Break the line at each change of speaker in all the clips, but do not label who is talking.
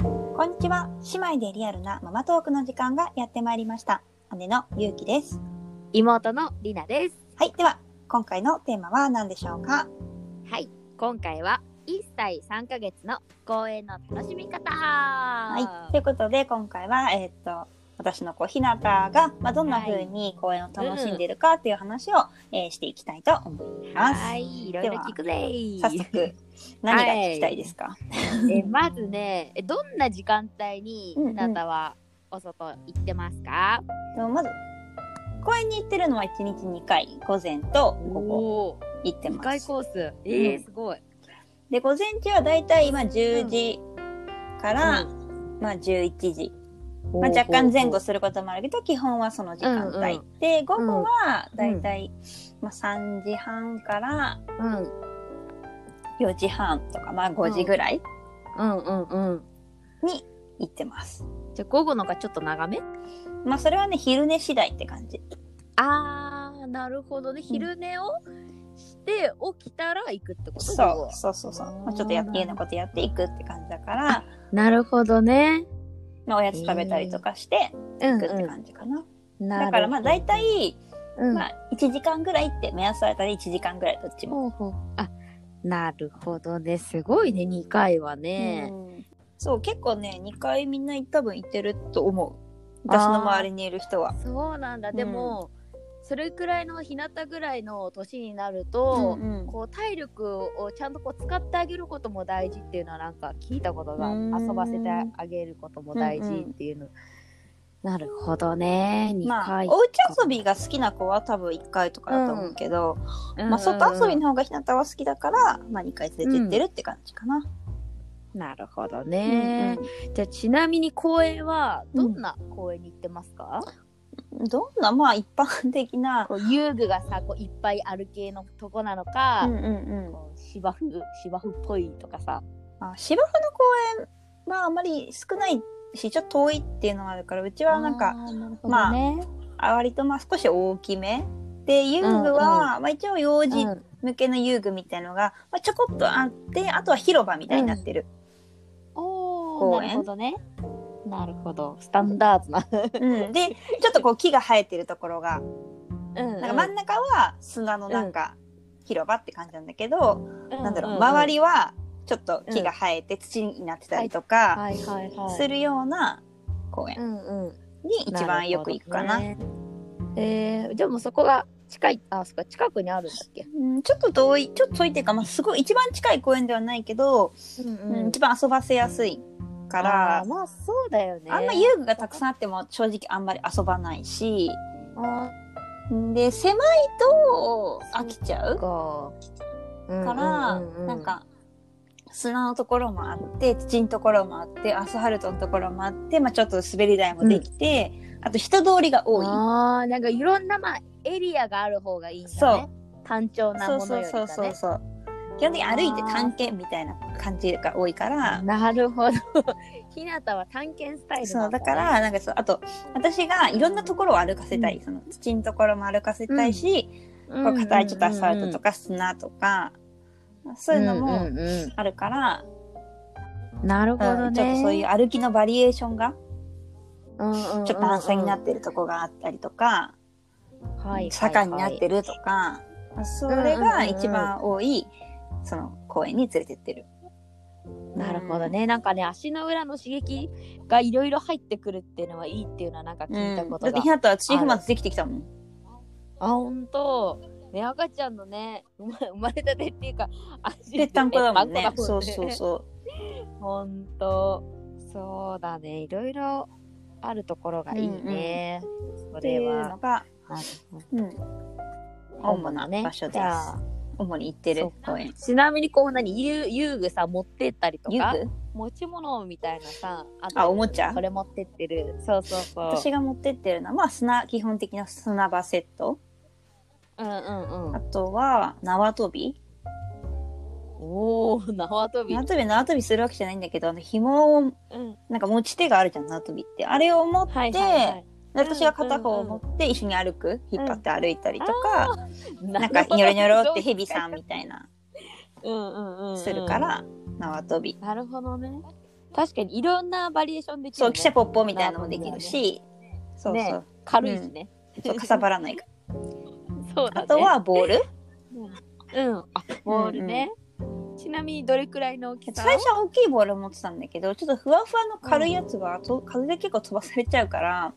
こんにちは。姉妹でリアルなママトークの時間がやってまいりました。姉のゆうきです。
妹のりなです。
はい、では、今回のテーマは何でしょうか
はい、今回は1歳3ヶ月の公園の楽しみ方。
はい。
は
ということで、今回は、えーっと、私の子、ひなたが、まあ、どんな風に公演を楽しんでいるかっていう話を、えーしていきたいと思います。
い、いろいろ聞くぜ。
早速、何が聞きたいですか、
えまずね、えどんな時間帯に
うんうん
ひなたはお外行ってますか？
でもまず、公園に行ってるのは1日2回、午前と午後
おお、
行って
二
ま
回
す。
コース。え
うん
ー、すごい。
で、午前中はだいたい今10時から、まあ11時。まあ、若干前後することもあるけど、基本はその時間帯。
うんう
で、午後はだいたい、まあ、3時半から
うんうん
4時半とか、まあ5時ぐらい
うんうん。
に行ってます。
じゃあ午後のがちょっと長め？
まあそれはね、昼寝次第って感じ。
あー、なるほどね。昼寝をして起きたら行くってこと。午後
そ
は
う、そうそうそう。まあ、ちょっとや家のことやっていくって感じだから、
なるほどね。
まあおやつ食べたりとかして
う
行
ん
くって感じかな。
うん、
だからまあ大体、
うん
まあ1時間ぐらいって目安はたり1時間ぐらいどっちも。
ほうほうあなるほどねすごいね2回はね、
うんそう結構ね2回みんな多分行ってると思う私の周りにいる人は。
そうなんだ
うん
でも、それくらいの日向ぐらいの年になると、
うんうん
こう体力をちゃんとこう使ってあげることも大事っていうのはなんか聞いたことが
うん
遊ばせてあげることも大事っていうの、なるほどね2
まあお
回、
家遊びが好きな子は多分1回とかだと思うけど、まあ、外遊び
の
の方がひなたは好きだから、まあ、2回連れて行ってるって感じかな。
なるほど
う
ね、
ん
じゃあちなみに公園はどんな公園に行ってますか、
うんどんなまあ一般的な、
こう遊具がさこういっぱいある系のとこなの
う
か、
んうんうん、
こう芝生芝生っぽいとかさ
あ芝生の公園はあまり少ないしちょっと遠いっていうのがあるからうちはなんかまあ
ね、
あ割とまあ少し大きめで遊具は、まあ、一応幼児
うん
向けの遊具みたいのが、まあ、ちょこっとあってあとは広場みたいになってる、
お
公
ー
園
なるほどねなるほどスタンダードな
うんでちょっとこう木が生えてるところが
うん
なんか真ん中は砂のなんか広場って感じなんだけど、
うん
なんだろう、
う
周
り
りはちょっと木が生えて土になってたりとか
はいはいはい
するような公園
うんうん
に一番よく行くかな。
るほどねえー、でもそこが近いあそっか近くにあるんだっけ、
うん、ちょっと遠いちょっと遠いっていうか、まあ、すごい一番近い公園ではないけど、
うん
うん一番遊ばせやすいか
かららまあそうだよね
あんま遊具がたくさんあっても正直あんまり遊ばないし
あ
で狭いと飽きちゃ
ー
う
か
から、
うううう
なんか砂のところもあって土のところもあってアスファルトのところもあって、まあ、ちょっと滑り台もできて、あと人通りが多い。
ああ、なんかいろんな、まあ、エリアがある方がいいんだね。単調な
そう
もの
そ
よ
う
り
そう
か
そう
ね。
そう基本的に歩いて探検みたいな感じが多いから
なるほど。 ひなたは探検スタイル
そ
な
うんだ
ね
からなんかそうあと私がいろんなところを歩かせたい、
う
その土のところも歩かせたいし、
うん
こう硬いちょっとアスファルトとか砂とか、そういうの
ん
も
んう
あるから、
んなるほ
うん
どね。
ちょっとそういう歩きのバリエーションが
うんうんうんうん、
ちょっと段差になってるとこがあったりとか、
はいはい
坂になってるとか、それが一番多い、その公園に連れてってる。
なるほどね。なんかね、足の裏の刺激がいろいろ入ってくるっていうのはいいっていうのはなんか
う
聞いた
ん、だ
こと
って
が。
ひなたは土踏まずできてきたもん。
あ、ほんと。ね、赤ちゃんのね、生ま生まれたてっていうか、足
ぺったんこだもん
ぺ
ね
っ。たんこだ
そ
もん
うそうそう。
ほんとそうだねいろいろあるところがいいね、そ
ってい
れ
うの
は
が、
なるほど
うん、主な場所です。
じゃあ
主に行ってる公園。
ちなみにこう何遊遊具さ持ってったりと
遊
か
具
持ち物みたいなさった
あおもちゃ
これ持ってってるそうそうそう
私が持ってってるのは、まあ、砂基本的な砂場セット
うんうんう
あ
ん
とは縄跳び
おお縄跳び、う
縄跳び縄跳びするわけじゃないんだけどあの紐を
ん、
なんか持ち手があるじゃん縄跳びってあれを持って、
はいはい、はい、
私が片方を持って一緒に歩く引っ張って歩いたりとか、
な
なんかニョロニョロって
ヘ
ヘビさんみたいな
うんうんうんうん
するから縄跳び
なるほどね確かにいろんなバリエーションできる、ね。
そう、汽車ポッポみたいなのもできるし、そう
ね
そう
軽いしね。
そう、かさばらないから。
そうだね。
あとはボール
うん、あ、ボールね。ちなみにどれくらいの大きさ
最初は大きいボール持ってたんだけど、ちょっとふわふわの軽いやつは、と風で結構飛ばされちゃうから、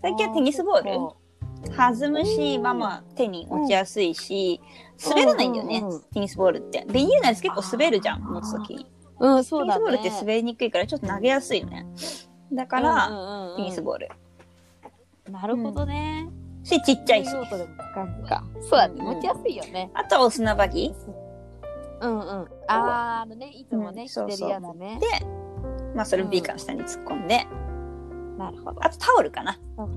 最近はテニスボール弾むし、
うん
まあまあ手に落ちやすいし、滑らないんだよね、
うんうんうん
テニスボールって。ビニールのやつ結構滑るじゃん、
あー
持つときに。
うん、
テ
そう
ニ
だ
ス
ね。
ボールって滑りにくいからちょっと投げやすいよね。だから、テニス
ー
ボール。
ル。なるほどね。
し、ちっちゃいし。
用途でも使うのか。そうだね。
うんうん
持ちやすいよね。
あとはお砂ばき
うんうん。あー、あのね、いつも
う
ね、
ん
着
そう
て
そう
るやつね。
で、まあそれをビーカーの下に突っ込んで、
なるほど。
あとタオルかな
う。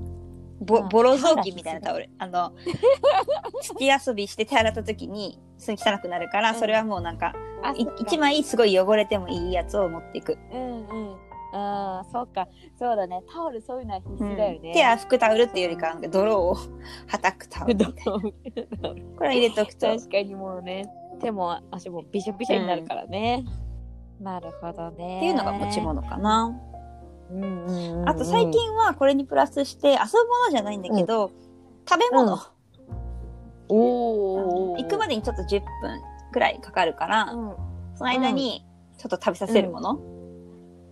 ぼ
うん
ボロ雑巾みたいなタオ ル。あの、土遊びして手洗った時に、それ汚くなるから、
うん
それはもうなんか、
あ
い
そっか
一枚すごい汚れてもいいやつを持っていく。
うんうん。あー、そうか。そうだね。タオルそういうのは必
うん
須だよね。
手は拭くタオルっていうよりかはなんか泥をはたくタオルみ たいなこれは入れとくと
確かにもうね手も足もびしゃびしゃになるからね、なるほどね
っていうのが持ち物かな、
うんうんうん
あと最近はこれにプラスして遊ぶものじゃないんだけど、食べ物、
うんおー
行くまでにちょっと10分ぐらいかかるから、
うん
その間にちょっと食べさせるもの、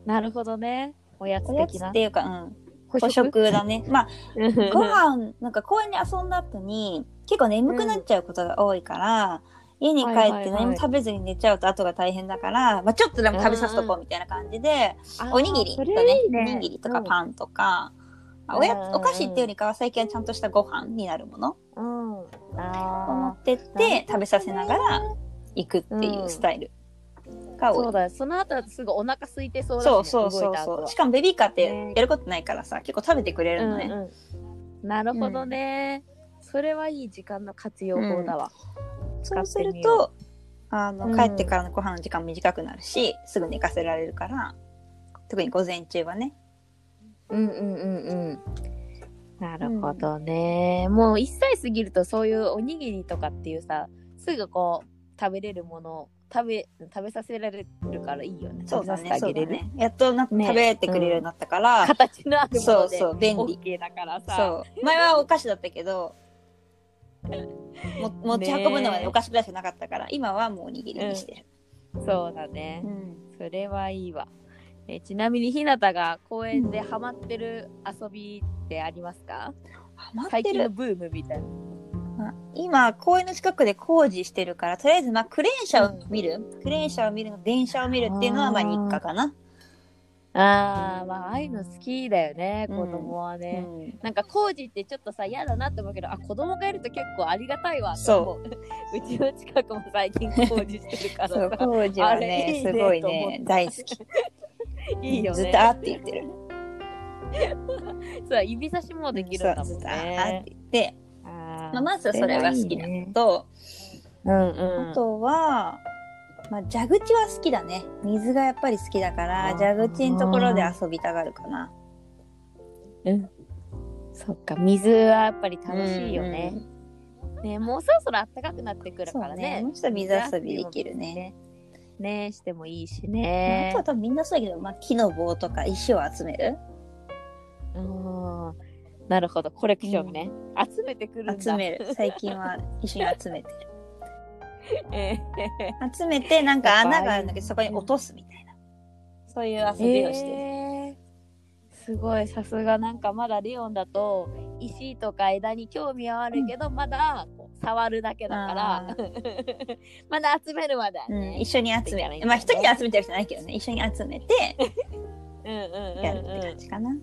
なるほどねおやつ
おやつ
的
っ
な
ていうか、うん、補食だ ねまあ
食
ご飯なんか公園で遊んだ後に結構眠くなっちゃうことが多いから、家に帰
はいは
っ
い
て
はい
何も食べずに寝ちゃうと後が大変だから、まあ、ちょっとでも食べさせとこうみたいな感じで、おにぎりとかねおにぎりとかパンとか、あおや
うんうんうん
お菓子っていうよりかは最近はちゃんとしたご飯になるもの
ン、うん、
を持
あ
ってっ
なるほど
て食べさせながら行くっていうスタイルが
ー
多い。
そうだその後だとすぐお腹空いてそうだしね
そうそうそう
動いた後
そう。
は
しかもベビーカーってやることないからさ、結構食べてくれるのね。
うんうん、なるほどね、それはいい時間の活用法だわ、
そうする
使ってみ
と
よ、
あの、
うん
帰ってからのご飯の時間短くなるし、すぐ寝かせられるから、特に午前中はね。
うんうんうんうん。なるほどね。もう1歳過ぎるとそういうおにぎりとかっていうさ、すぐこう食べれるものを食べ食べさせられるからいいよね。
そうだ
食
ね
べ、させて
そ
あ
う
げ
だ
れる。
ね。やっとなんか
ね
食べてくれるようになったから、
形のあるも
そ
の
う
で
そう、便利。
OK だからさ。
そう。前はお菓子だったけど、も持ち運ぶのはね
ねえ
お菓子ぐらいしかなかったから、今はもうおにぎりにしてる。
そうだね。
うん
それはいいわ。えちなみにひなたが公園でハマってる遊びってありますか
ハマって
最近
る
のブームみたいな。
まあ今公園の近くで工事してるからとりあえずまあクレーン車を見る、クレーン車を見るの電車を見るっていうのはまあ
あー
日課かな、
ああ、まあああいうの好きだよね、
うん
子供はね。
うん
なんか工事ってちょっとさ嫌だなって思うけどあ子供がいると結構ありがたいわ
そう
ううちの近くも最近工事してるから
そう
さ
工事は
あれい
ね
いね
すごい
と思
ね
った
大好き
いいよね
ずっとあーって言ってる
そう指差しもできるんだ
そう
もん
ずっとあーっ
ね
て言って、
あ
まあ、まずはそれが好きなのと
うんうん
あとは、まあ、蛇口は好きだね水がやっぱり好きだから
あー
蛇口のところで遊びたがるかな
そっか水はやっぱり楽しいよね
うん,、
ねもうそろそろ暖かくなってくる
そ
か
う
ら
ね
ね
もうちょっと水遊びできるね
ねしてもいいし
あ
ね
とは多分みんなそうだけど、まあ、木の棒とか石を集める
うんなるほどコレクションね、集めてくるんだ
集める最近は一緒に集め てる
えー
集めてなんか穴があるんだけ
やっぱああい
どそこに
う
落とすみたいなそういう遊びをしてる、
えーすごいさすがなんかまだレオンだと石とか枝に興味はあるけど、まだこう触るだけだから
あ
まだ集めるまで、
うん、一緒に 集めるまあ一人で集めてる人じゃないけどね一緒に集めて
うんうんうんうん
やるって感じかな、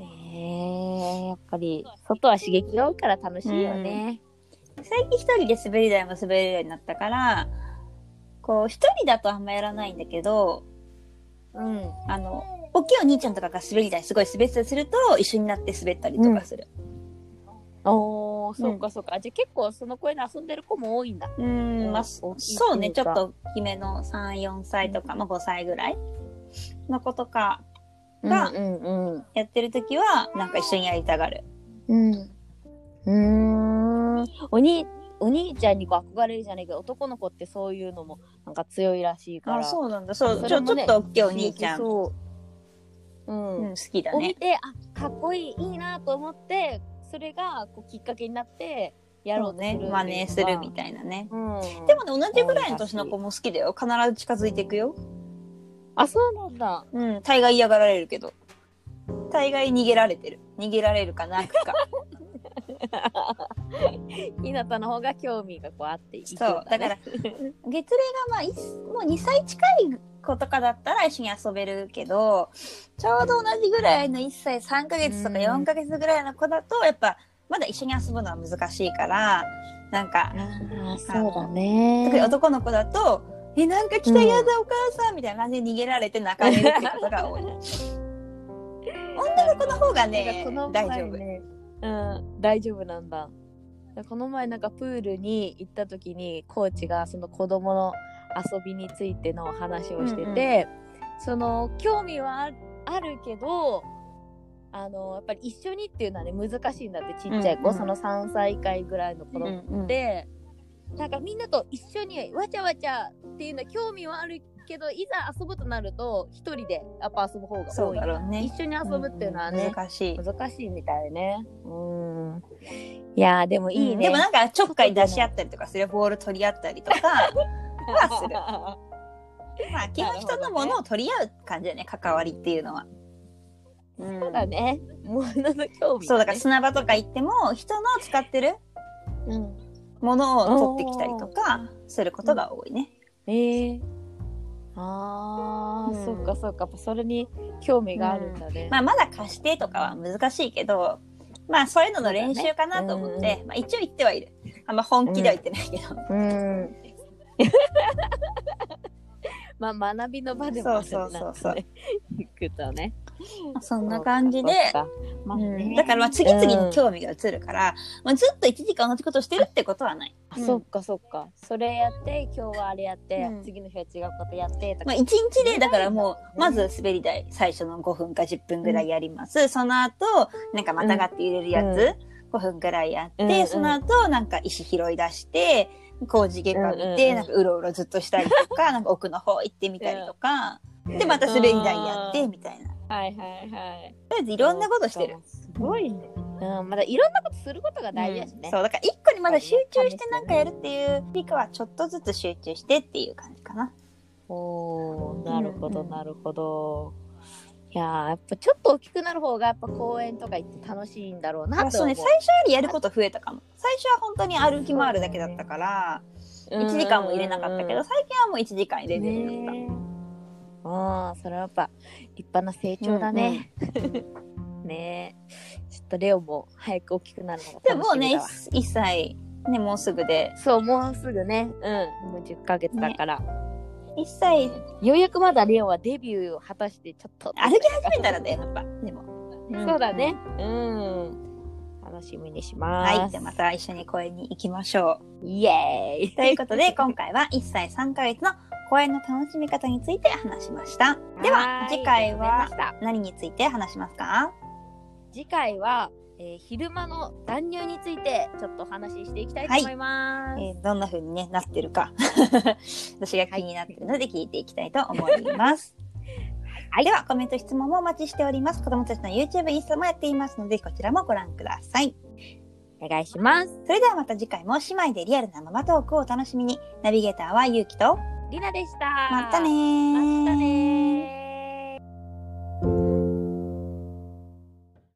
えーやっぱり外は刺激が多いから楽しいよね、
最近一人で滑り台も滑れるようになったからこう一人だとあんまやらないんだけど
うん
あの大きいお兄ちゃんとかが滑り台すごい滑ったりすると一緒になって滑ったりとかする
おーそうかそうか、あじゃあ結構その公園で遊んでる子も多いんだ
うん、まあ、
大きい
そうね、
っ
ち
て
ょ
いう
っ
か
と大きめの3、4歳とか、まあ5歳ぐらいの子とかが
うんうんうん
やってる時は、なんか一緒にやりたがる。
うん。うーん。おに、お兄ちゃんにこう憧れるじゃないけど男の子ってそういうのもなんか強いらしいから
あ、そうなんだ。そう、
そ
ち
れ
ょ、
も
ちょ
ね
っと大きいお兄ちゃん。う
そううん、
ん、好きだ
を
ね
見。てあかっこいいいいなと思ってそれがこうきっかけになってや
そ
ろ
うう
とす
ね。
るっていうのが
真似するみたいなね。
うん、
でもね、同じぐらいの年の子も好きだよ。必ず近づいていくよ。
あそうなんだ
うん、大概嫌がられるけど。大概逃げられてる。逃げられるかな、く か。
ひなたの方が興味がこうあっていくん
そう。だ
ね
から、月齢がまあ、いっもう2歳近い子とかだったら一緒に遊べるけど、ちょうど同じぐらいの1歳3ヶ月とか
うん
4ヶ月ぐらいの子だと、やっぱ、まだ一緒に遊ぶのは難しいから、なんか、
あーそうだね
特に男の子だと、え、なんか来たやだ、お母さんみたいな感じで逃げられて泣かれるってことが 多い。女の子の方がね、大丈夫。
ね、うん、大丈夫なんだ。この前なんかプールに行った時にコーチがその子供の遊びについての話をしてて、その興味はああるけどあのやっぱり一緒にっていうのはね難しいんだってちっちゃい
う
子、
んうん
その3歳以下ぐらいの子
うん
供
うん
で、なんかみんなと一緒にわちゃわちゃっていうのは興味はあるけどいざ遊ぶとなると一人でやっぱ遊ぶ方が
そ
多
う
い
だろうね。
一緒に遊ぶっていうのはね、
難しい。
難しいみたいね。うん。いやーでもいいね。
うんでもなんかちょっかい出し合ったりとか するボール取り合ったりとかはするまあ基本人のものを取り合う感じだね関わりっていうのは、うん、
そうだね。ものの興味、ね。
そうだから砂場とか行っても人の使ってる
うん。
ものを取ってきたりとかすることが多いね、
ええあー、
うん
そっかそっか。やっぱそれに興味があるんだね。
まあ、まだ貸してとかは難しいけどまあそういうのの練習かなと思って、
そうだ
まあ、一応言ってはいるあんま本気では言ってないけど、
うん。まあ学びの場でもあるね
そうそうそうそう
なんかね行くとね。
そんな感じで
そっかそっかまあ
う
ね
んだからまあ次々に興味が移るから、まあ、ずっと1時間同じことしてるってことはない。
あそっかそっか。それやって今日はあれやって、
うん
次の日は違うことやってとか
まあ、。1日でだからも
う
うんまず滑り台最初の5分か10分ぐらいやります、その後なんかまたがって入れるやつ、5分ぐらいやって、
うんうん
その後なんか石拾い出して工事現場見て、
うんうんうん
なんかうろうろずっとしたりと かなんか奥の方行ってみたりとか、でまた滑り台やってみたいなと
はいはいはい。
りあえずいろんなことしてる。
すごいね。うん、まだいろんなことすることが大事だしね。
そうだから一個にまだ集中してなんかやるっていうよりかはちょっとずつ集中してっていう感じかな。
おーなるほ
う
ど
んうん
なるほど。いやーやっぱちょっと大きくなる方がやっぱ公園とか行って楽しいんだろうな
あ
と
そう
思
ね
う。
最初よりやること増えたかも。最初は本当に歩き回るだけだったから、
うん
1時間も入れなかったけど、最近はもう1時間入れるようになっ
ねあーそれはやっぱ立派な成長だね。 ねえちょっとレオも早く大きくなるの
た。で
が
も
楽
う
し
ね
みだわ。
1, 歳ねもうすぐで
そうもうすぐね、うん、もう10ヶ月だから、
1歳
ようやくまだレオはデビューを果たしてちょっと
歩き始めたらだよやっぱでも。ん
そうだね。。うん。楽しみにします。
はい。じゃあまた一緒に公園に行きましょう。
イエーイ。
ということで、今回は1歳3ヶ月の公園の楽しみ方について話しました。では、
い
次回
ありが
は
とうございました
何について話しますか
次回は、えー昼間の断乳についてちょっとお話ししていきたいと思います。
えーどんな風にねなってるか 私が気になってるので聞いていきたいと思います。はい、ではコメント質問もお待ちしております。子供たちの YouTube、インスタもやっていますのでこちらもご覧ください。
お願いします。
それではまた次回も姉妹でリアルなママトークをお楽しみに。ナビゲーターはゆうきと
りなでした。
またね
ま
ー
たねー